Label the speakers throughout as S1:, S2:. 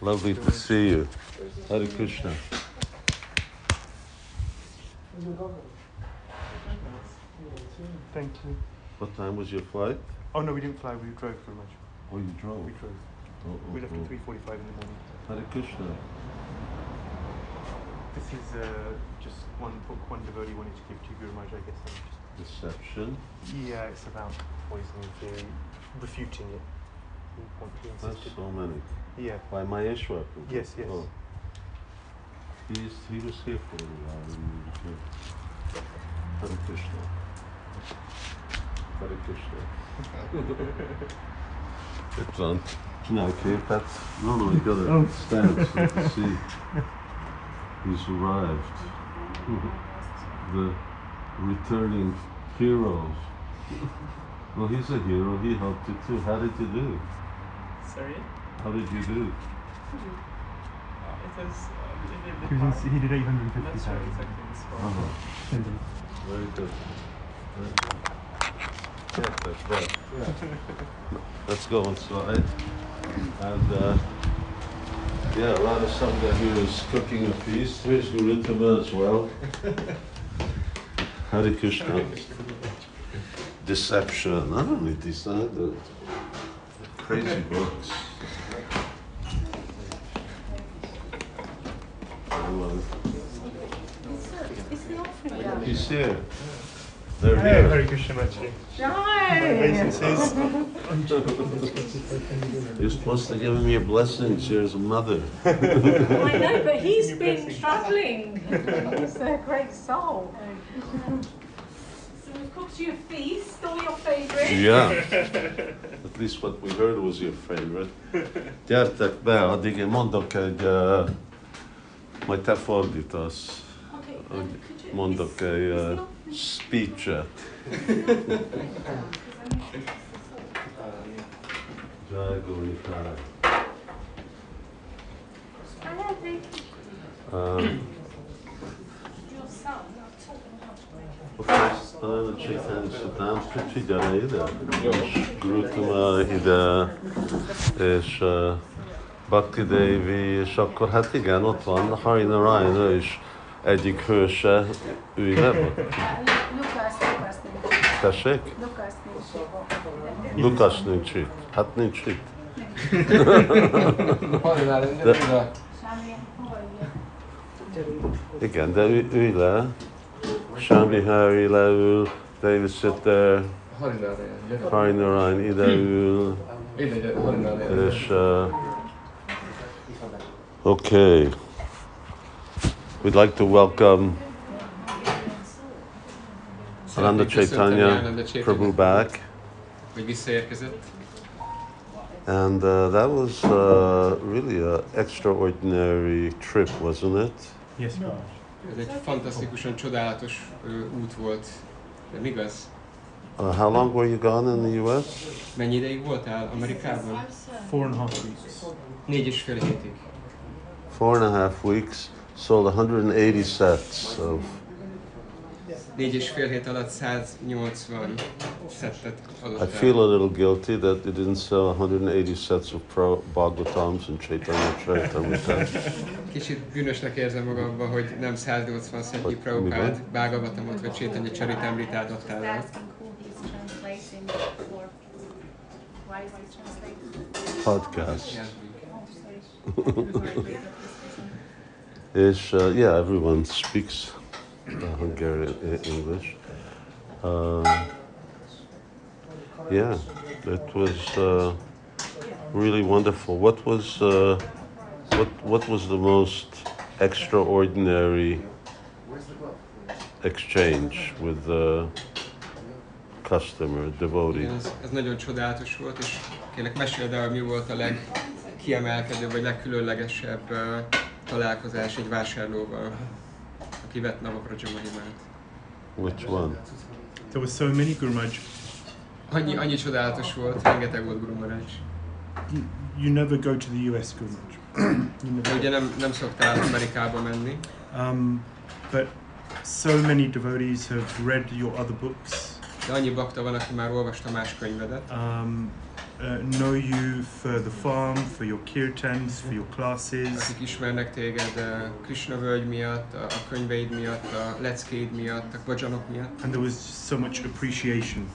S1: Lovely to see you. Hare Krishna.
S2: Thank you.
S1: What time was your flight?
S2: Oh no, we didn't fly. We drove pretty much.
S1: Oh, you drove.
S2: We drove.
S1: Oh, oh,
S2: We left
S1: oh.
S2: at three forty-five in the morning.
S1: Hare Krishna.
S2: This is uh, just one book one devotee wanted to give to Guru Maharaj. I guess. and just-
S1: Deception.
S2: yeah, it's about poisoning theory, refuting it. He want- he
S1: That's
S2: insisted-
S1: so many.
S2: Yeah.
S1: By Maheshwar.
S2: Yes, yes.
S1: Oh. He's, he was here for a while. and he was here. Hare Krishna. Hare Krishna. it's on. No, okay, that's. No, no, you gotta
S2: Oh.
S1: stand so you can see. He's arrived. the returning heroes. Well, he's a hero. He helped you too. How did you do?
S3: Sorry,
S1: How did you do?
S3: it was uh, a little bit
S2: He,
S3: hard.
S2: was in, he did eight hundred
S3: I'm
S2: and
S3: not
S2: fifty
S3: sure
S2: thousand.
S3: exactly the score.
S1: Uh-huh. Very good. Very good. Yeah, that's right. Let's go inside. And uh, yeah, Radha Sangha here is cooking a feast. Here's Gautama as well. Hare Krishna. Deception. I don't need these. uh, the Crazy books. Hello.
S4: It's not for you.
S1: He's here. They're
S2: Yeah,
S1: here.
S2: very good, Shimachi.
S4: Nice.
S1: You're supposed to give him your blessings. You're his mother.
S4: I know, but he's been struggling. He's a great soul. So we've cooked you a feast, all your favourites.
S1: Yeah. At least what we heard was your favorite. Gyertek be, addig én mondok egy... Uh, majd te fordítasz.
S4: Okay, um,
S1: Hogy
S4: could you-
S1: Mondok
S4: it's-
S1: egy
S4: it's
S1: uh,
S4: not-
S1: speech-et.
S4: because I need to fix this up.
S1: Jai Gaurikai.
S4: I don't think
S1: Um,
S4: your son, I've taught him how to make
S1: Poprzestałem czytam, przeczytałem idę. Grutma ide, és uh, Bhakti Devi, és akkor hát igen, ott van Hari Narayan, ő is egyik hőse, ő ide van.
S4: Uh, it. Lucas, Lucas,
S1: Tessék?
S4: Lucas, Lucas.
S1: Lukas nincs itt. Hát nincs itt.
S4: Shamia, how are you?
S1: Igen, de ő, ő le. Shamli Hari leül, David Sitter, Hari Narayan ide ül. És, uh, okay. We'd like to welcome Ananda Chaitanya Prabhu back.
S5: Hogy visszaérkezett.
S1: And uh, that was uh, really an extraordinary trip, wasn't it?
S2: Yes, pretty much.
S5: Ez egy fantasztikusan csodálatos ö, út volt. Nem igaz?
S1: Uh, how long were you gone in the US?
S5: Mennyi ideig voltál Amerikában?
S2: Four and a half weeks.
S5: Négy és fél hétig.
S1: Four and a half weeks, sold 180 sets of.
S5: Négy és fél hét alatt 180 szettet adott
S1: I
S5: el.
S1: feel a little guilty that you didn't sell 180 sets of Pro- Bhagavatams and Chaitanya Charitamrita.
S5: Kicsit bűnösnek érzem magamban, hogy nem 180 szettnyi
S1: Hogy mi van?
S5: Prabhupát, Bhagavatamot vagy Csétanya Csaritámritát adtál el.
S4: Asking who he's translating for. Why is he translating?
S1: podcast.
S4: Sorry,
S1: És, uh, yeah, everyone speaks uh, Hungarian e- English. Um, yeah, it was uh, really wonderful. What was uh, what what was the most extraordinary exchange with the customer devotee?
S5: Igen, ez, ez nagyon csodálatos volt, és kérlek meséld el, mi volt a legkiemelkedőbb, vagy legkülönlegesebb ö, találkozás egy vásárlóval, aki vett Navapra Mahimát.
S1: Which one?
S2: There were so many Guru Maharaj.
S5: Annyi, annyi csodálatos volt, rengeteg volt Guru Maharaj.
S2: You, you never go to the US Guru Maharaj. you
S5: De
S2: never.
S5: ugye nem, nem szoktál Amerikába menni,
S2: Um, but so many devotees have read your other books.
S5: de annyi bakta van, aki már olvasta más könyvedet,
S2: Um, uh, know you for the farm, for your kirtans, for your classes.
S5: akik ismernek téged eh, Krishna völgy miatt, a a könyveid miatt, a leckéid miatt, a bajanok miatt,
S2: And there was so much appreciation.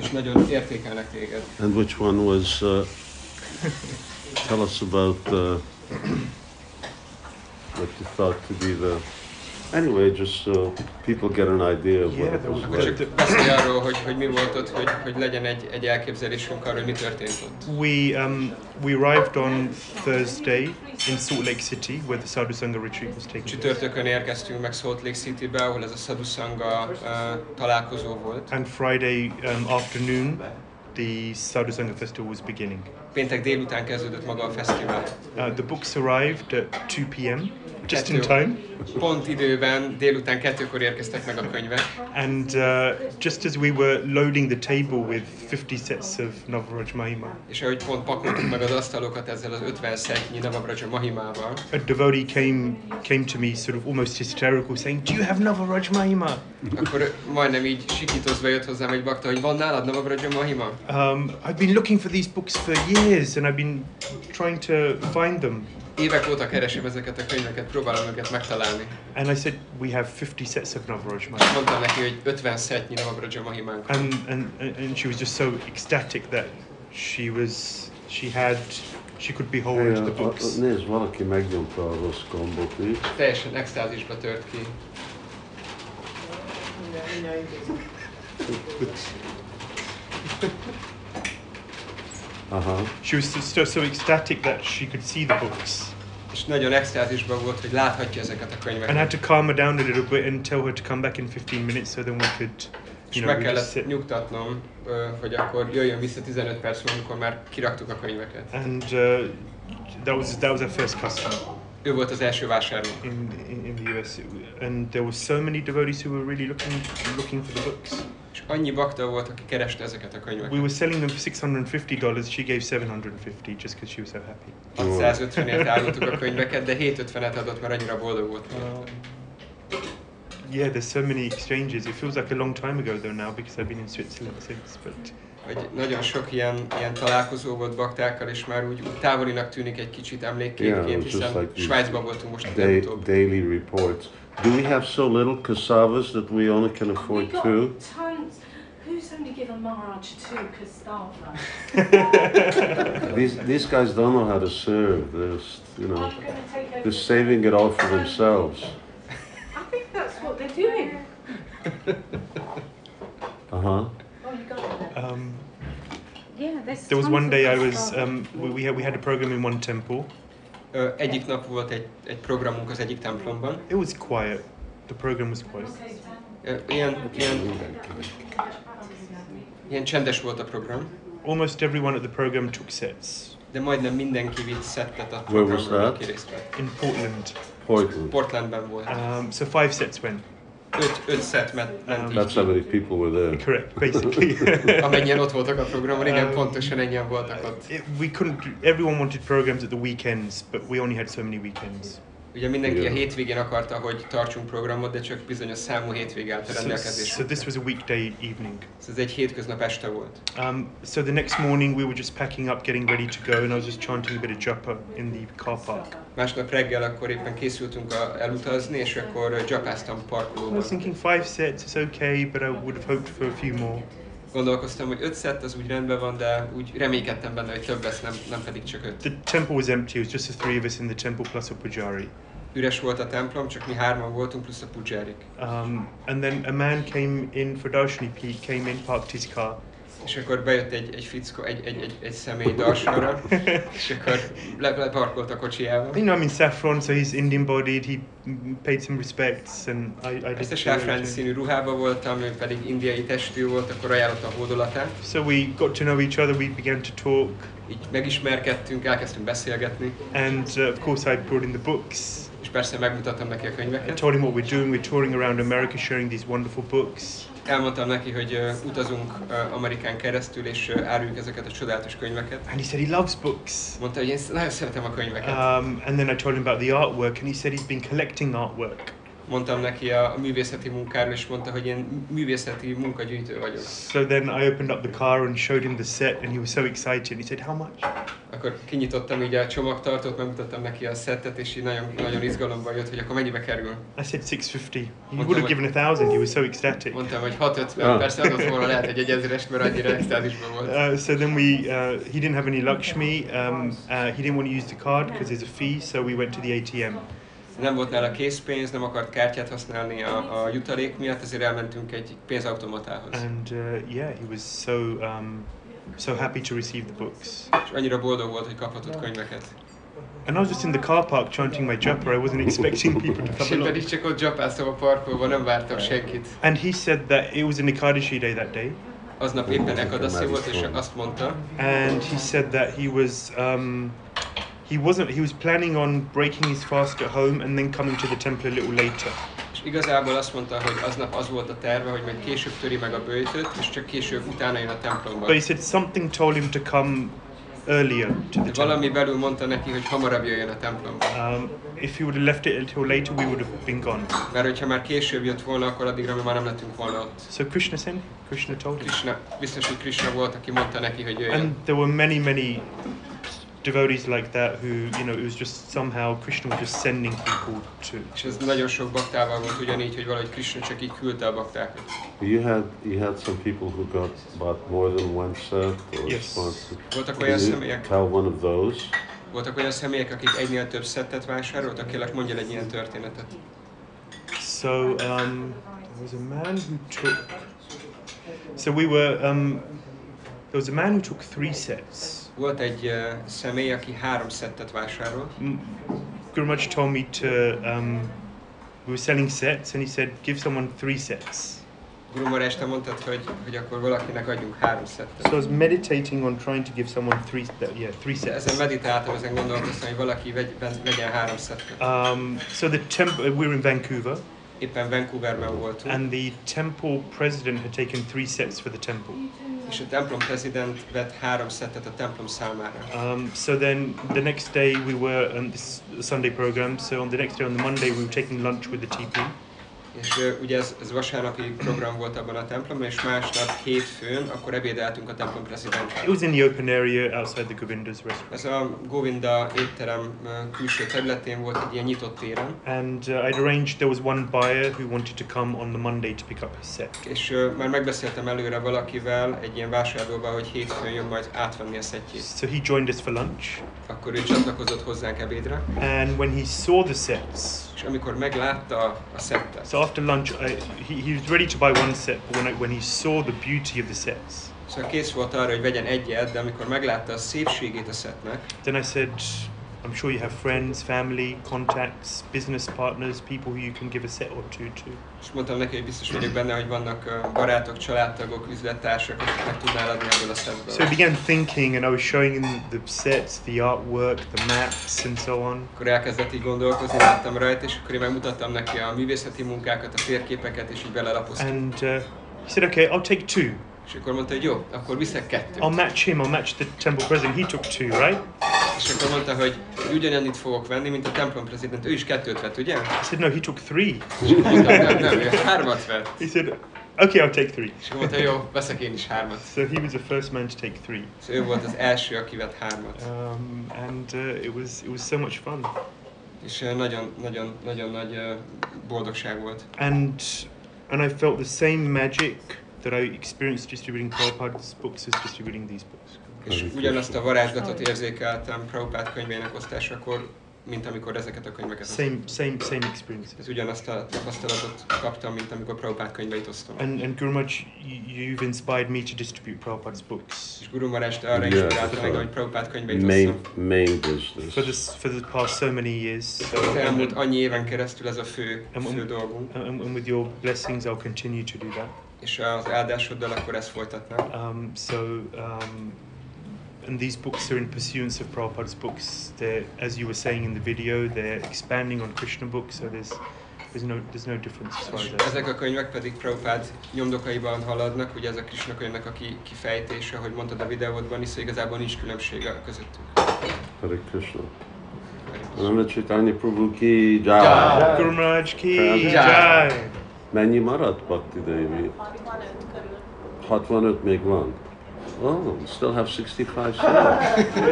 S5: és nagyon értékelnek téged.
S1: And which one was? Uh, tell us about uh, what you thought to be the. Anyway, just so people get an idea of what
S6: Yeah,
S1: it
S6: there
S1: was
S6: was-
S1: like.
S5: Csak beszélj arról, hogy, hogy mi volt ott, hogy, hogy legyen egy, egy elképzelésünk arról, hogy mi történt ott.
S2: We um, we arrived on Thursday in Salt Lake City, where the Sadhu Sangha retreat was taking place.
S5: Csütörtökön érkeztünk meg Salt Lake Citybe, ahol ez a Sadhusanga uh, találkozó volt.
S2: And Friday um, afternoon, the Sadhu Sangha festival was beginning.
S5: Péntek délután kezdődött maga a fesztivál.
S2: Uh, the books arrived at 2 p.m. just in
S5: Kettő.
S2: time.
S5: Pont időben, délután kettőkor érkeztek meg a könyvek,
S2: And uh, just as we were loading the table with 50 sets of Navaraj Mahima,
S5: és ahogy pont pakoltuk meg az asztalokat ezzel az 50 szegnyi Navabracsa Mahimával,
S2: a devotee came came to me, sort of almost hysterical, saying, "Do you have Navaraj Mahima?"
S5: akkor ő majdnem így sikítozva jött hozzám egy bakta, hogy van nálad Navabracsa Mahima?
S2: Um, I've been looking for these books for years, and I've been trying to find them.
S5: Évek óta keresem ezeket a könyveket, próbálom őket megtalálni.
S2: And I said, "We have 50 sets of Navaraj Mahima."
S5: Mondtam neki, hogy 50 szegnyi Navabracsa Mahimánk. van.
S2: And, and and- and she was just so ecstatic that she was she had she could behold
S1: Hey,
S2: the
S1: uh,
S2: books.
S1: Nézd, valaki megnyomta a rossz gombot itt.
S5: Teljesen extázisba tört ki.
S1: Aha.
S2: She was so, so ecstatic that she could see the books.
S5: És nagyon extázisban volt, hogy láthatja ezeket a
S2: And I had
S5: könyveket.
S2: to calm her down a little bit and tell her to come back in 15 minutes so then we could,
S5: És
S2: you know,
S5: meg
S2: we just
S5: kellett
S2: sit.
S5: nyugtatnom, ö, hogy akkor jöjjön vissza 15 perc múlva, amikor már kiraktuk a könyveket.
S2: And uh, that was that was our first customer
S5: Ő volt az első vásárló.
S2: in, in in the US. And there were so many devotees who were really looking looking for the books.
S5: És annyi bakta volt, aki kereste ezeket a
S2: We
S5: könyveket.
S2: were selling them for $650. She gave 750 just because she was so happy.
S5: 650-ért árultuk a könyveket, de 750-et adott, mert annyira boldog volt.
S2: Um, yeah, there's so many exchanges. It feels like a long time ago though now because I've been in Switzerland since. But
S5: Hogy nagyon sok ilyen, ilyen találkozó volt baktákkal, és már úgy, úgy távolinak tűnik egy kicsit emlékképként,
S1: Yeah, it's just
S5: hiszen
S1: like these
S5: Svájcban voltunk most
S1: Day,
S5: legutóbb.
S1: daily reports. Do we have so little cassavas that we only can
S7: We
S1: afford
S7: got
S1: two?
S7: tons. Who's only given Maharaj two cassava?
S1: These these guys don't know how to serve. They're s- you know
S7: I'm going to take over.
S1: they're saving it all for themselves.
S7: I think that's what they're doing.
S1: Uh huh.
S7: Oh, you got it. then.
S2: um,
S8: Yeah, there's
S2: there was
S8: tons
S2: one
S8: of
S2: day I
S8: good
S2: was
S8: stuff.
S2: um, we, we had we had a program in one temple.
S5: Ö, Egyik nap volt egy, egy programunk az egyik templomban,
S2: It was quiet. The program was quiet.
S5: Ö, Ilyen, ilyen, ilyen csendes volt a program,
S2: Almost everyone at the program took sets
S5: de majdnem mindenki vitt szettet a
S1: Where was
S5: programról,
S1: that?
S5: aki részt vett.
S2: in Portland.
S1: Portland.
S5: Portlandben volt.
S2: Um, so five sets went.
S5: Öt, öt szett ment, ment így
S1: That's how many people were there.
S2: Correct, basically.
S5: ki. Amennyien ott voltak a programon, igen,
S2: Um,
S5: pontosan ennyien voltak ott.
S2: it, we couldn't. do- Everyone wanted programs at the weekends, but we only had so many weekends.
S5: Ugye mindenki a
S1: igen.
S5: hétvégén akarta, hogy tartsunk programot, de csak bizonyos számú hétvég állt a
S2: So, so
S5: rendelkezésre.
S2: this was a weekday evening.
S5: Ez ez egy hétköznap este volt.
S2: Um, so the next morning we were just packing up, getting ready to go, and I was just chanting a bit of japa in the car park.
S5: Másnap reggel akkor éppen készültünk a, elutazni, és akkor ö, japáztam a
S2: I
S5: parkolóban.
S2: was thinking five sets is okay, but I would have hoped for a few more.
S5: Gondolkoztam, hogy öt szett, az úgy rendben van, de úgy reménykedtem benne, hogy több lesz, nem, nem pedig csak öt.
S2: The temple was empty. It was just the three of us in the temple plus a pujari.
S5: Üres volt a templom, csak mi hárman voltunk, plusz a pujárik.
S2: Um, and then a man came in for Darshini Pete, came in, parked his car,
S5: És akkor bejött egy, egy fickó, egy, egy, egy, egy személy darsorra, és akkor le, leparkolt a kocsijába.
S2: You know, I'm in saffron, so he's Indian bodied. He mm, paid some respects, and I, I
S5: Ezt
S2: did.
S5: a
S2: too,
S5: sáfrán
S2: actually.
S5: színű ruhába voltam, ő pedig indiai testű volt, akkor ajánlott a hódolatát.
S2: So we got to know each other. We began to talk,
S5: Így megismerkedtünk, elkezdtünk beszélgetni,
S2: and uh, of course, I brought in the books.
S5: és persze megmutattam neki a
S2: I
S5: könyveket.
S2: told him what we're doing. We're touring around America, sharing these wonderful books.
S5: Elmondtam neki, hogy ö, utazunk ö, Amerikán keresztül, és ö, áruljuk ezeket a csodálatos könyveket.
S2: And he said he loves books.
S5: Mondta, hogy én sz- nagyon szeretem a könyveket.
S2: Um, and then I told him about the artwork, and he said he's been collecting artwork.
S5: mondtam neki a, a művészeti munkáról, és mondta, hogy én művészeti munkagyűjtő vagyok.
S2: So then I opened up the car and showed him the set, and he was so excited. He said, "How much?"
S5: Akkor kinyitottam így a csomagtartót, megmutattam neki a szettet, és így nagyon, nagyon izgalomban jött, hogy akkor mennyibe kerül.
S2: I said, 650. He
S5: What
S2: would
S5: the-
S2: have given a thousand. He was so ecstatic.
S5: Mondtam, hogy 650,
S1: Ah.
S5: persze adott volna lehet egy egyezerest, mert annyira extázisban volt.
S2: Uh, so then we, uh, he didn't have any Lakshmi. Um, uh, he didn't want to use the card because there's a fee. So we went to the ATM.
S5: Nem volt nála készpénz, nem akart kártyát használni a, a jutalék miatt, ezért elmentünk egy pénzautomatához.
S2: And uh, yeah, he was so um, so happy to receive the books.
S5: És annyira boldog volt, hogy kaphatott könyveket.
S2: And I was just in the car park chanting my japa. I wasn't expecting people to
S5: És
S2: come
S5: én pedig
S2: along.
S5: csak ott csapáztam a parkolban, nem vártam senkit.
S2: And he said that it was an Ekadashi day that day,
S5: Aznap éppen Ekadaszi volt, és azt mondta,
S2: and he said that he was um, he wasn't he was planning on breaking his fast at home and then coming to the temple a little later.
S5: és igazából azt mondta, hogy aznap az volt a terve, hogy majd később töri meg a böjtöt, és csak később utána jön a templomba.
S2: But he said something told him to come earlier to the
S5: De
S2: temple.
S5: valami belül mondta neki, hogy hamarabb jöjjön a templomba.
S2: Um, if he would have left it until later, we would have been gone.
S5: Mert hogyha már később jött volna, akkor addigra mi már nem lettünk volna ott.
S2: So Krishna sent him. Krishna told him.
S5: Krishna, biztos, hogy Krishna volt, aki mondta neki, hogy
S2: And
S5: jöjjön.
S2: there were many, many devotees like that who, you know, it was just somehow Krishna was just sending people to.
S5: És ez nagyon sok baktával volt ugyanígy, hogy valahogy Krishna csak így küldte a baktákat.
S1: You had you had some people who got bought more than one set or
S2: Yes.
S1: sponsored.
S5: Voltak olyan
S1: Did you
S5: személyek,
S1: tell one of those?
S5: voltak olyan személyek, akik egynél több szettet vásároltak, kérlek mondja egy ilyen történetet.
S2: So um, there was a man who took. So we were. Um, there was a man who took three sets.
S5: Volt egy eh, személy, aki három szettet vásárolt.
S2: M- Guru Maharaj told me to. Um, we were selling sets, and he said, "Give someone three sets."
S5: Guru Maharaj, te mondtad, hogy, hogy akkor valakinek adjunk három szettet.
S2: So I was meditating on trying to give someone three. th- Yeah, three
S5: Ezen
S2: sets.
S5: meditáltam, ezen gondolkoztam, hogy valaki vegy, vegyen három szettet.
S2: Um, so the temple. We were in Vancouver.
S5: Éppen Vancouverben voltunk.
S2: and the temple president had taken three sets for the temple.
S5: és a templom prezident vett három szettet a templom számára.
S2: Um, so then the next day we were on this Sunday program. So on the next day on the Monday we were taking lunch with the TP.
S5: És ö, ugye ez, ez vasárnapi program volt abban a templomban, és másnap hétfőn akkor ebédeltünk a templom
S2: It
S5: prezidenttel.
S2: was in the open area outside the Govinda's restaurant.
S5: Ez a Govinda étterem ö, külső területén volt egy ilyen nyitott téren,
S2: And uh, I'd arranged there was one buyer who wanted to come on the Monday to pick up his set.
S5: és ö, már megbeszéltem előre valakivel egy ilyen vásárlóval, hogy hétfőn jön majd átvenni a szettjét.
S2: So he joined us for lunch,
S5: Akkor ő csatlakozott hozzánk ebédre,
S2: and when he saw the sets,
S5: és amikor meglátta a szettet,
S2: so after lunch I, he, he was ready to buy one set, but when, I, when he saw the beauty of the sets,
S5: szóval kész volt arra, hogy vegyen egyet, de amikor meglátta a szépségét a szettnek,
S2: Then I said, I'm sure you have friends, family, contacts, business partners, people who you can give a set or two to.
S5: És mondtam neki, hogy biztos vagyok benne, hogy vannak ö, barátok, családtagok, üzlettársak, akiknek tudnál adni ebből a
S2: So I
S5: szedből.
S2: began thinking, and I was showing him the sets, the artwork, the maps, and so on.
S5: Akkor elkezdett így gondolkozni, láttam rajta, és akkor én megmutattam neki a művészeti munkákat, a férképeket, és így belelapoztam.
S2: And uh, he said, Okay, I'll take two.
S5: És akkor mondta, hogy jó, akkor viszek kettőt.
S2: I'll match him, I'll match the temple president. He took two, right?
S5: És akkor mondta, hogy ugyanannyit fogok venni, mint a templom prezident. Ő is kettőt vett, ugye?
S2: I said, No, he took three.
S5: És akkor mondtam, nem, nem, ő hármat vett.
S2: He said, Okay, I'll take three.
S5: És akkor mondta, jó, veszek én is hármat.
S2: So he was the first man to take three.
S5: És ő volt az első, aki vett hármat.
S2: Um, and uh, it was it was so much fun.
S5: És ö, nagyon, nagyon, nagyon nagy ö, boldogság volt.
S2: and and I felt the same magic that I experienced distributing Prabhupada's books as distributing these books.
S5: És ugyanazt a varázslatot érzékeltem Prabhupát könyvének osztásakor, mint amikor ezeket a könyveket osztottam.
S2: Same same same experiences.
S5: Ez ugyanazt a tapasztalatot kaptam, mint amikor Prabhupát könyveit osztom.
S2: And and Guru Maharaj, you, you've inspired me to distribute Prabhupada's books
S5: És Guru Marást arra
S1: Yeah.
S5: inspirálta meg, hogy Prabhupát könyveit
S1: Main
S5: osztom.
S1: main
S2: for
S1: business.
S2: this for the past so many years. So
S5: Az elmúlt
S2: and,
S5: annyi éven keresztül ez a fő,
S2: And
S5: fő
S2: when-
S5: dolgunk,
S2: and, and with your blessings, I'll continue to do that.
S5: és az áldásoddal akkor ezt folytatnám.
S2: Um, so. Um, and these books are in pursuance of Prabhupada's books. They're, as you were saying in the video, they're expanding on Krishna books. So there's, there's no, there's no difference as far
S5: És
S2: as that's
S5: ezek a könyvek pedig Prabhupát nyomdokaiban haladnak, ugye ez a Krishna könyvnek a ki, kifejtése, hogy mondtad a videódban is, szóval igazából nincs különbség a közöttünk.
S1: Hare Krishna.
S5: Hare Krishna.
S1: Máme čítání průvů ki jai.
S5: Jai.
S2: Guru Maharaj ki
S1: Jai.
S2: jai.
S1: Mennyi maradt Bhakti Devi? 65 még van. Oh, we still have 65 seats.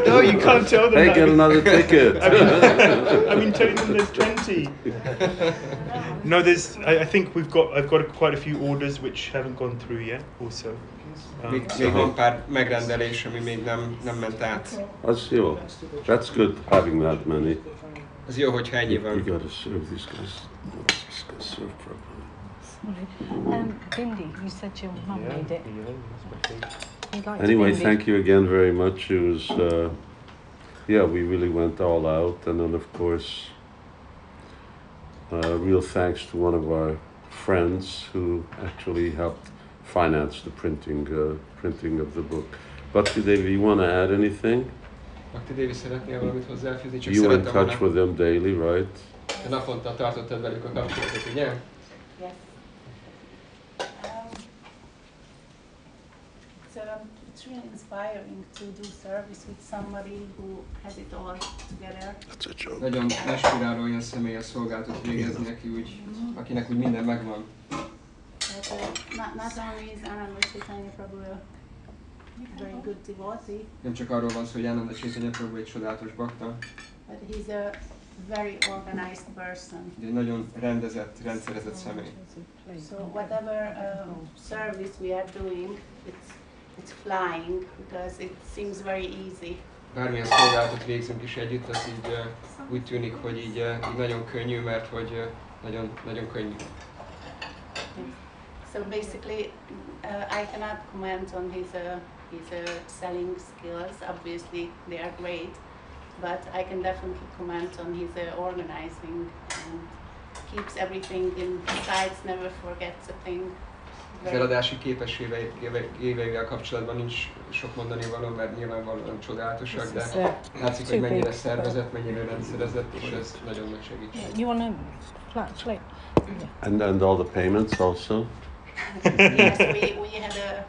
S2: No, you can't tell them
S1: Hey,
S2: that.
S1: get another ticket.
S2: I mean, telling them there's 20. no, there's. I, I think we've got. I've got quite a few orders which haven't gone through yet. Also,
S5: Még,
S2: um,
S5: még van pár megrendelés, ami még nem, nem ment át.
S1: That's you. That's good having that many.
S5: Az jó, hogyha ennyi
S1: You, you
S5: van.
S1: gotta serve these guys. These guys serve properly.
S8: Sorry. Um, Bindi, you said your mum
S2: yeah,
S8: made it.
S2: yeah, that's my thing.
S8: You liked
S1: Anyway,
S8: Bindi.
S1: thank you again very much. It was, uh, yeah, we really went all out. And then, of course, uh, real thanks to one of our friends who actually helped finance the printing uh, printing of the book. Bhakti Devi, you want to add anything?
S5: Bakti Dévi szeretnél valamit hozzáfűzni, csak
S1: you were in
S5: szerettem
S1: touch
S5: volna.
S1: with them daily, right?
S5: Te naponta tartottad velük a kapcsolatot, ugye?
S7: Yes.
S4: Um, so um, it's really inspiring to do service with somebody who has it all together.
S1: That's a joke.
S5: Nagyon inspiráló olyan személyes szolgáltat végezni, aki úgy, akinek úgy minden megvan.
S4: But, uh, not, not only is Anand Chaitanya Prabhu a very good devotee,
S5: Nem csak arról van szó, hogy Ananda Csézanya Prabhu egy csodálatos bakta,
S4: but he's a very organized person.
S5: de egy nagyon rendezett, rendszerezett személy.
S4: So whatever um, service we are doing, it's it's flying because it seems very easy.
S5: Bármilyen szolgálatot végzünk is együtt, az így eh, úgy tűnik, hogy így, eh, így nagyon könnyű, mert hogy eh, nagyon, nagyon könnyű.
S4: So basically, uh, I cannot comment on his uh, his uh, selling skills. Obviously, they are great, but I can definitely comment on his uh, organizing and keeps everything in sights, never forgets a thing.
S5: Az eladási képességeivel kapcsolatban nincs sok mondani való, mert nyilvánvalóan csodálatosak,
S8: This is,
S5: de
S8: uh,
S5: látszik, hogy mennyire szervezett, mennyire rendszerezett, és ez nagyon nagy segítség.
S8: you want a flat plate?
S1: And and all the payments also.
S4: yes, we, we had a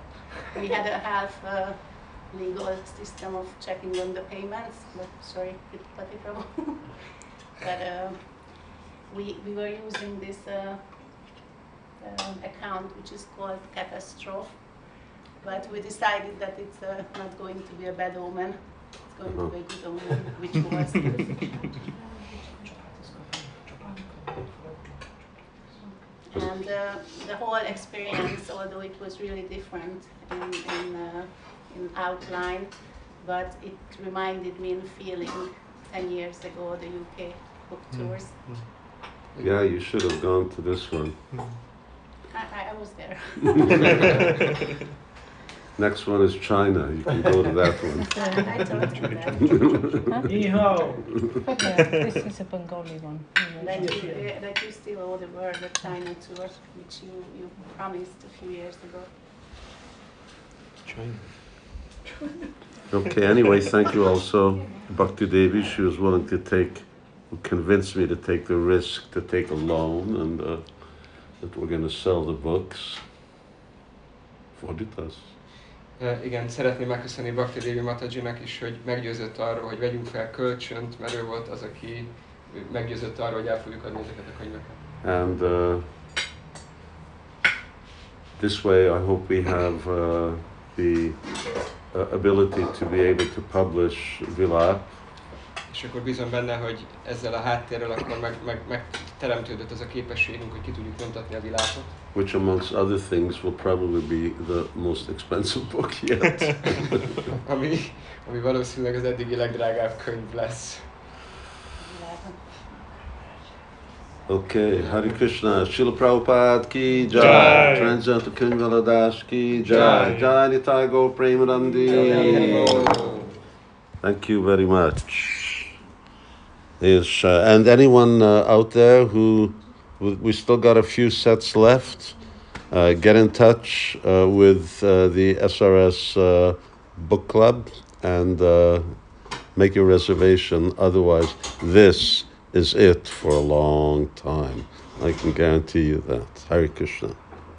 S4: we had a half uh, legal system of checking on the payments, but sorry, it got it wrong. but uh, we we were using this uh, um, account which is called catastrophe, but we decided that it's uh, not going to be a bad omen. It's going to be a good omen, which was. And uh, the whole experience, although it was really different in, in, uh, in outline, but it reminded me in feeling 10 years ago the UK book tours.
S1: Yeah, you should have gone to this one.
S4: I, I- I was there.
S1: Next one is China. You can go to that one.
S4: I, I told you that.
S8: Yeah, this is a Bengali one.
S4: That you, eh, that you still owe the world the China tour, which you, you promised a few years ago.
S2: China.
S1: Okay, anyway, thank you also, Bhakti Devi. She was willing to take, convinced me to take the risk to take a loan and uh, that we're going to sell the books. Fordítás.
S5: E, Igen, szeretném megköszönni Bakti Dévi Matajinak is, hogy meggyőzött arról, hogy vegyünk fel kölcsönt, mert ő volt az, aki meggyőzött arról, hogy el fogjuk adni ezeket a könyveket.
S1: And uh, this way, I hope we have uh, the uh, ability to be able to publish Vilap.
S5: És akkor bízom benne, hogy ezzel a háttérrel akkor meg, meg, megteremtődött az a képességünk, hogy ki tudjuk nyomtatni a világot.
S1: Which, amongst other things, will probably be the most expensive book yet.
S5: ami, ami valószínűleg az eddigi legdrágább könyv lesz.
S1: Okay, Hare Krishna, Srila Prabhupada ki jai,
S2: Jai.
S1: Transcendental Kingaladas ki jai, Jai
S2: Jai.
S1: Nitai Gaur Premanandi. Thank you very much. Yes, uh, and anyone uh, out there who, we we still got a few sets left, uh, get in touch uh, with uh, the SRS uh, Book Club and uh, make your reservation. Otherwise, this is it for a long time. I can guarantee you that. Hare Krishna.